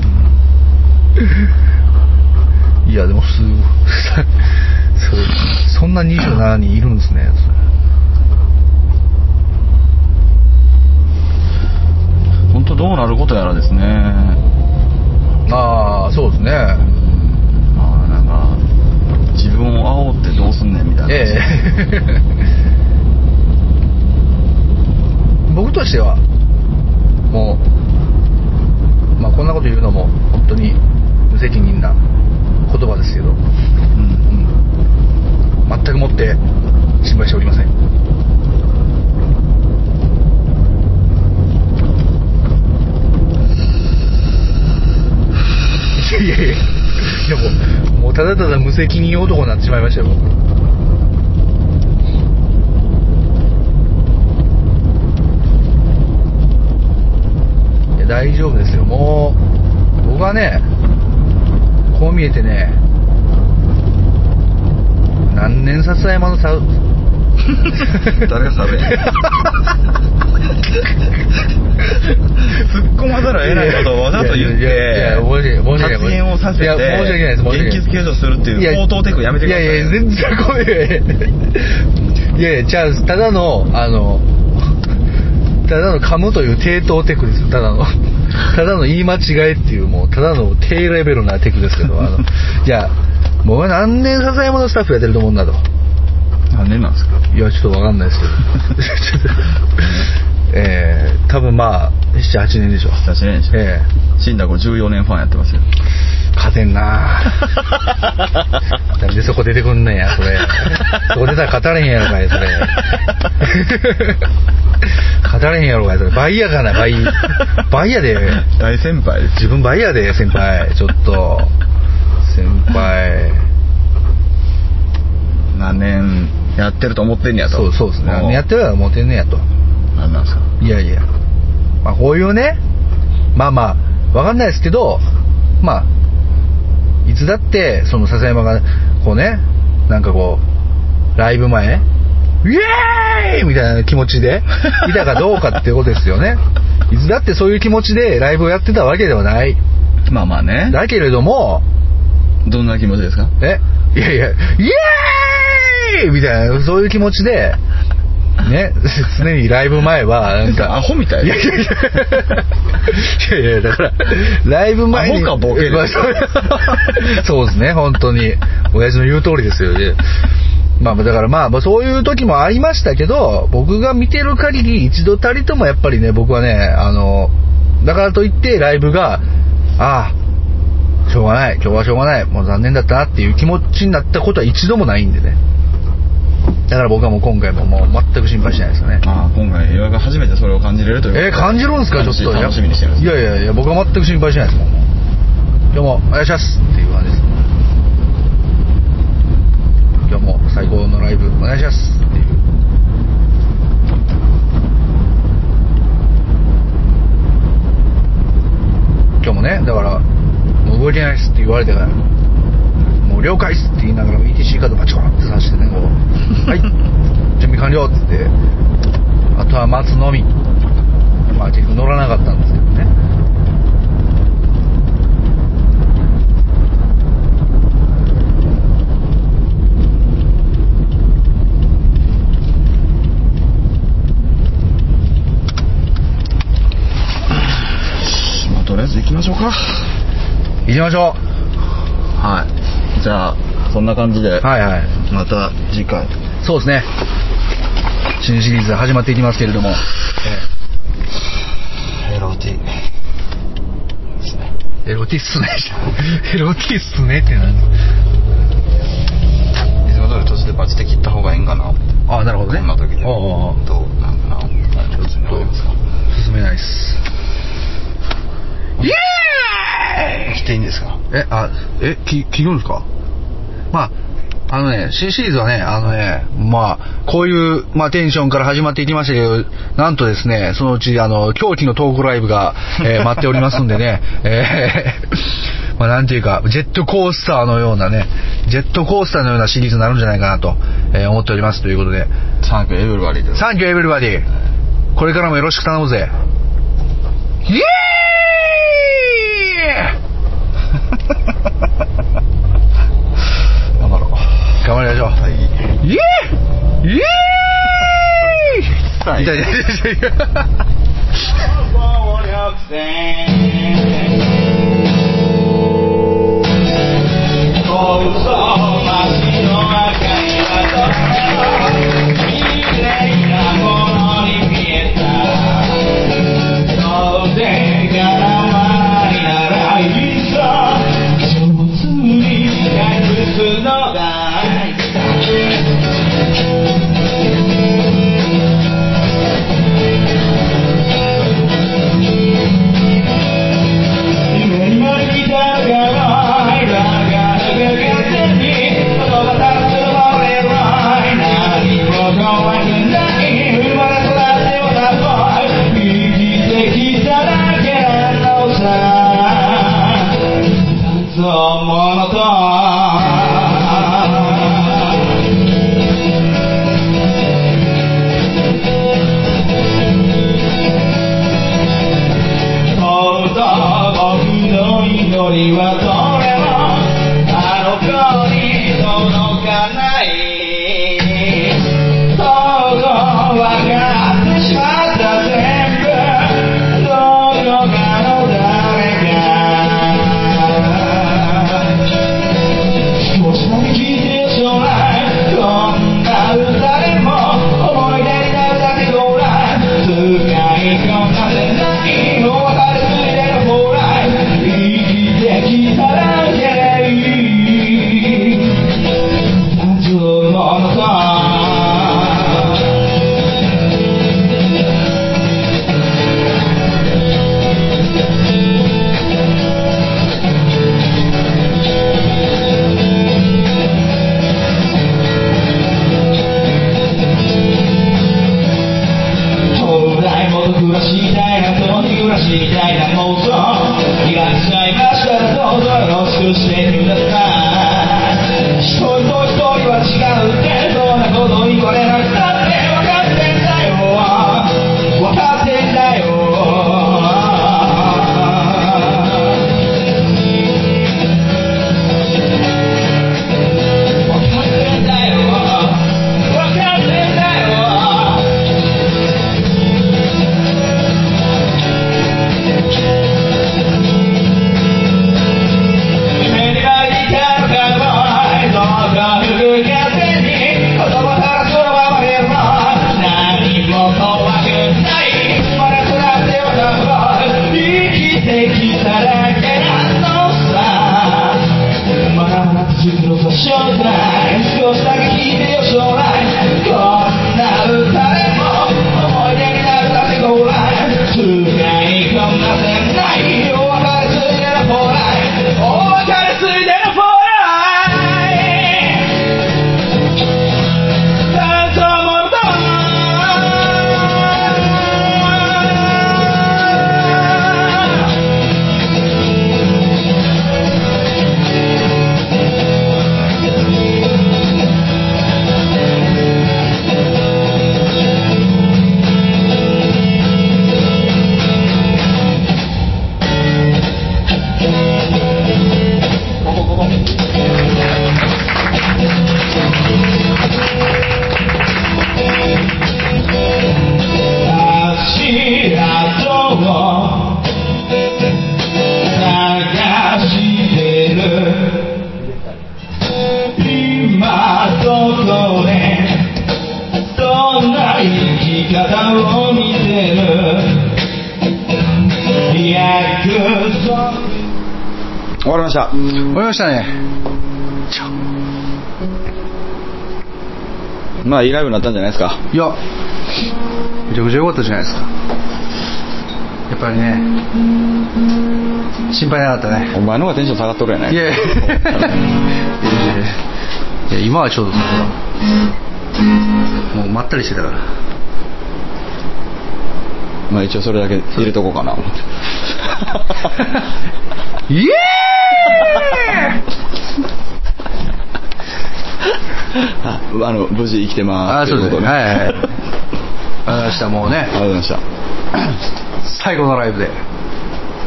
[SPEAKER 2] いやでもすごい [laughs] そうそんな27人いるんですね
[SPEAKER 1] 本当どうなることやらですね
[SPEAKER 2] ああそうですね
[SPEAKER 1] まあなんか自分を煽ってどうすんねんみたいな、
[SPEAKER 2] ええ [laughs] 僕としてはもうまあこんなこと言うのも本当に無責任な言葉ですけど
[SPEAKER 1] うん
[SPEAKER 2] 全くもって心配しておりませんいやいやいやいやもうもうただただ無責任男になってしまいましたよ僕いや大丈夫ですよもう僕はねこう見えてね何年さ笹山のさ
[SPEAKER 1] 誰が喋れ突っ込まざるを得ないことをわざと言っ
[SPEAKER 2] いやいやいや
[SPEAKER 1] て
[SPEAKER 2] 申し訳ない申し訳
[SPEAKER 1] 発
[SPEAKER 2] ない
[SPEAKER 1] 言をさせて
[SPEAKER 2] いや申し訳ないです申し訳ない
[SPEAKER 1] 現実計上するっていう口頭テクやめてください
[SPEAKER 2] いやいや全然こういういやいやじゃあただのあのただの噛むという低等テクですよただのただの言い間違いっていうもうただの低レベルなテクですけどあのいやもう何年笹山のスタッフやってると思うんだと
[SPEAKER 1] 何年なんですか
[SPEAKER 2] いやちょっとわかんないですけどちょっと [laughs] えー、多分まあ78年でしょ
[SPEAKER 1] 久しぶりでしょ
[SPEAKER 2] ええ
[SPEAKER 1] 死んだ子14年ファンやってますよ
[SPEAKER 2] 勝て
[SPEAKER 1] [laughs]
[SPEAKER 2] んななんでそこ出てくんねんやそれそこ出たら勝たれへんやろかいそ
[SPEAKER 1] [laughs]
[SPEAKER 2] れ勝たれへんやろかいそれ倍やかな倍倍やで
[SPEAKER 1] 大先輩です
[SPEAKER 2] 自分倍やで先輩ちょっと先輩
[SPEAKER 1] 何年やってると思ってんねやと
[SPEAKER 2] そうそうですね
[SPEAKER 1] も
[SPEAKER 2] やってるからモテんねやと
[SPEAKER 1] 何なんですか
[SPEAKER 2] いやいや、まあ、こういうね、まあまあ、わかんないですけど、まあ、いつだって、その笹山が、こうね、なんかこう、ライブ前、イエーイみたいな気持ちで、いたかどうかってことですよね。いつだってそういう気持ちでライブをやってたわけではない。
[SPEAKER 1] まあまあね
[SPEAKER 2] だけれども、
[SPEAKER 1] どんな気持ちですか
[SPEAKER 2] えいやいや、イエーイみたいな、そういう気持ちで、ね、常にライブ前は、なんか、
[SPEAKER 1] アホみたい
[SPEAKER 2] いやいやいや。いやいや、だから、ライブ前に。
[SPEAKER 1] アホかボケ
[SPEAKER 2] まあそうそうですね、本当に。親父の言う通りですよね。まあ、だからまあ、まあそういう時もありましたけど、僕が見てる限り、一度たりともやっぱりね、僕はね、あの、だからといって、ライブが、ああ、しょうがない、今日はしょうがない、もう残念だったなっていう気持ちになったことは一度もないんでね。だから僕はもう今回ももう全く心配しないですよね。
[SPEAKER 1] ああ今回岩井が初めてそれを感じれるという
[SPEAKER 2] えー感じるんですかちょっと
[SPEAKER 1] 楽しみにしてるんです
[SPEAKER 2] いやいやいや僕は全く心配しないですもん今日もお願いしますっていう感じです今日も最高のライブお願いしますっていう今日もねだからもう動けないっすって言われてからもう了解っすって言いながら ETC カードバチコンって刺してねこう「はい [laughs] 準備完了」っつってあとは待つのみまあ結局乗らなかったんですけどね
[SPEAKER 1] まあとりあえず行きましょうか
[SPEAKER 2] 行きましょ
[SPEAKER 1] はいじゃあそんな感じで、
[SPEAKER 2] うはいはい
[SPEAKER 1] また次回
[SPEAKER 2] そうですね新シリーズ始まっていきますけれども、え
[SPEAKER 1] エロティ
[SPEAKER 2] えエロティっすねエロティっすねってなん
[SPEAKER 1] いつも通り途中でバチで切った方がいいんかな
[SPEAKER 2] ああなるほどね
[SPEAKER 1] こんな時に
[SPEAKER 2] おうおうおう
[SPEAKER 1] どうなんかなちょっと思いますか
[SPEAKER 2] 進めないっすイエ
[SPEAKER 3] ですか
[SPEAKER 2] え、あ、え、き、聞くんですかまあ、あのね、新シリーズはね、あのね、まあ、こういう、まあ、テンションから始まっていきましたけど、なんとですね、そのうち、あの、狂気のトークライブが、
[SPEAKER 1] [laughs]
[SPEAKER 2] えー待っておりますんでね、えーまあ、なんていうか、ジェットコースターのようなね、ジェットコースターのようなシリーズになるんじゃないかなと、えー思っておりますということで、
[SPEAKER 3] サンクエブリバディで
[SPEAKER 2] サンキューエブリバディこれからもよろしく頼むぜイエー
[SPEAKER 3] [laughs] 頑張ろう
[SPEAKER 2] イ頑張りましょう、
[SPEAKER 3] はい
[SPEAKER 2] イエーイイエー
[SPEAKER 3] は
[SPEAKER 2] イ
[SPEAKER 3] い
[SPEAKER 2] 痛い痛い痛い痛い
[SPEAKER 3] 終わりました
[SPEAKER 2] 終わりましたね
[SPEAKER 3] まあいいライブになったんじゃないですか
[SPEAKER 2] いやめちゃくちゃ良かったじゃないですかやっっぱりね心配なかったね
[SPEAKER 1] お前の方がテンション下がっとるやない
[SPEAKER 2] いやいやいや今はちょうどさほらもうまったりしてたから
[SPEAKER 1] まあ一応それだけ入れとこうかな思って
[SPEAKER 2] イエーイ
[SPEAKER 1] ああの無事生きてまー
[SPEAKER 2] ああ
[SPEAKER 1] す
[SPEAKER 2] そうです
[SPEAKER 1] とい
[SPEAKER 2] ね
[SPEAKER 1] こ
[SPEAKER 2] は
[SPEAKER 1] と
[SPEAKER 2] いはいはいあしたもうね
[SPEAKER 1] ありがとうございました
[SPEAKER 2] 最後のライブで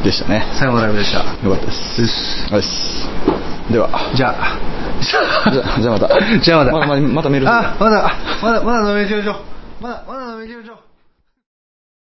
[SPEAKER 1] でしたね
[SPEAKER 2] 最後のライブでした
[SPEAKER 1] よかったです
[SPEAKER 2] よし
[SPEAKER 1] よしでは
[SPEAKER 2] じゃあ
[SPEAKER 1] じゃじゃあまた
[SPEAKER 2] じゃあまだ
[SPEAKER 1] まだまだまたメールする
[SPEAKER 2] あまだまだまだ飲みましょうまだまだ飲みましょう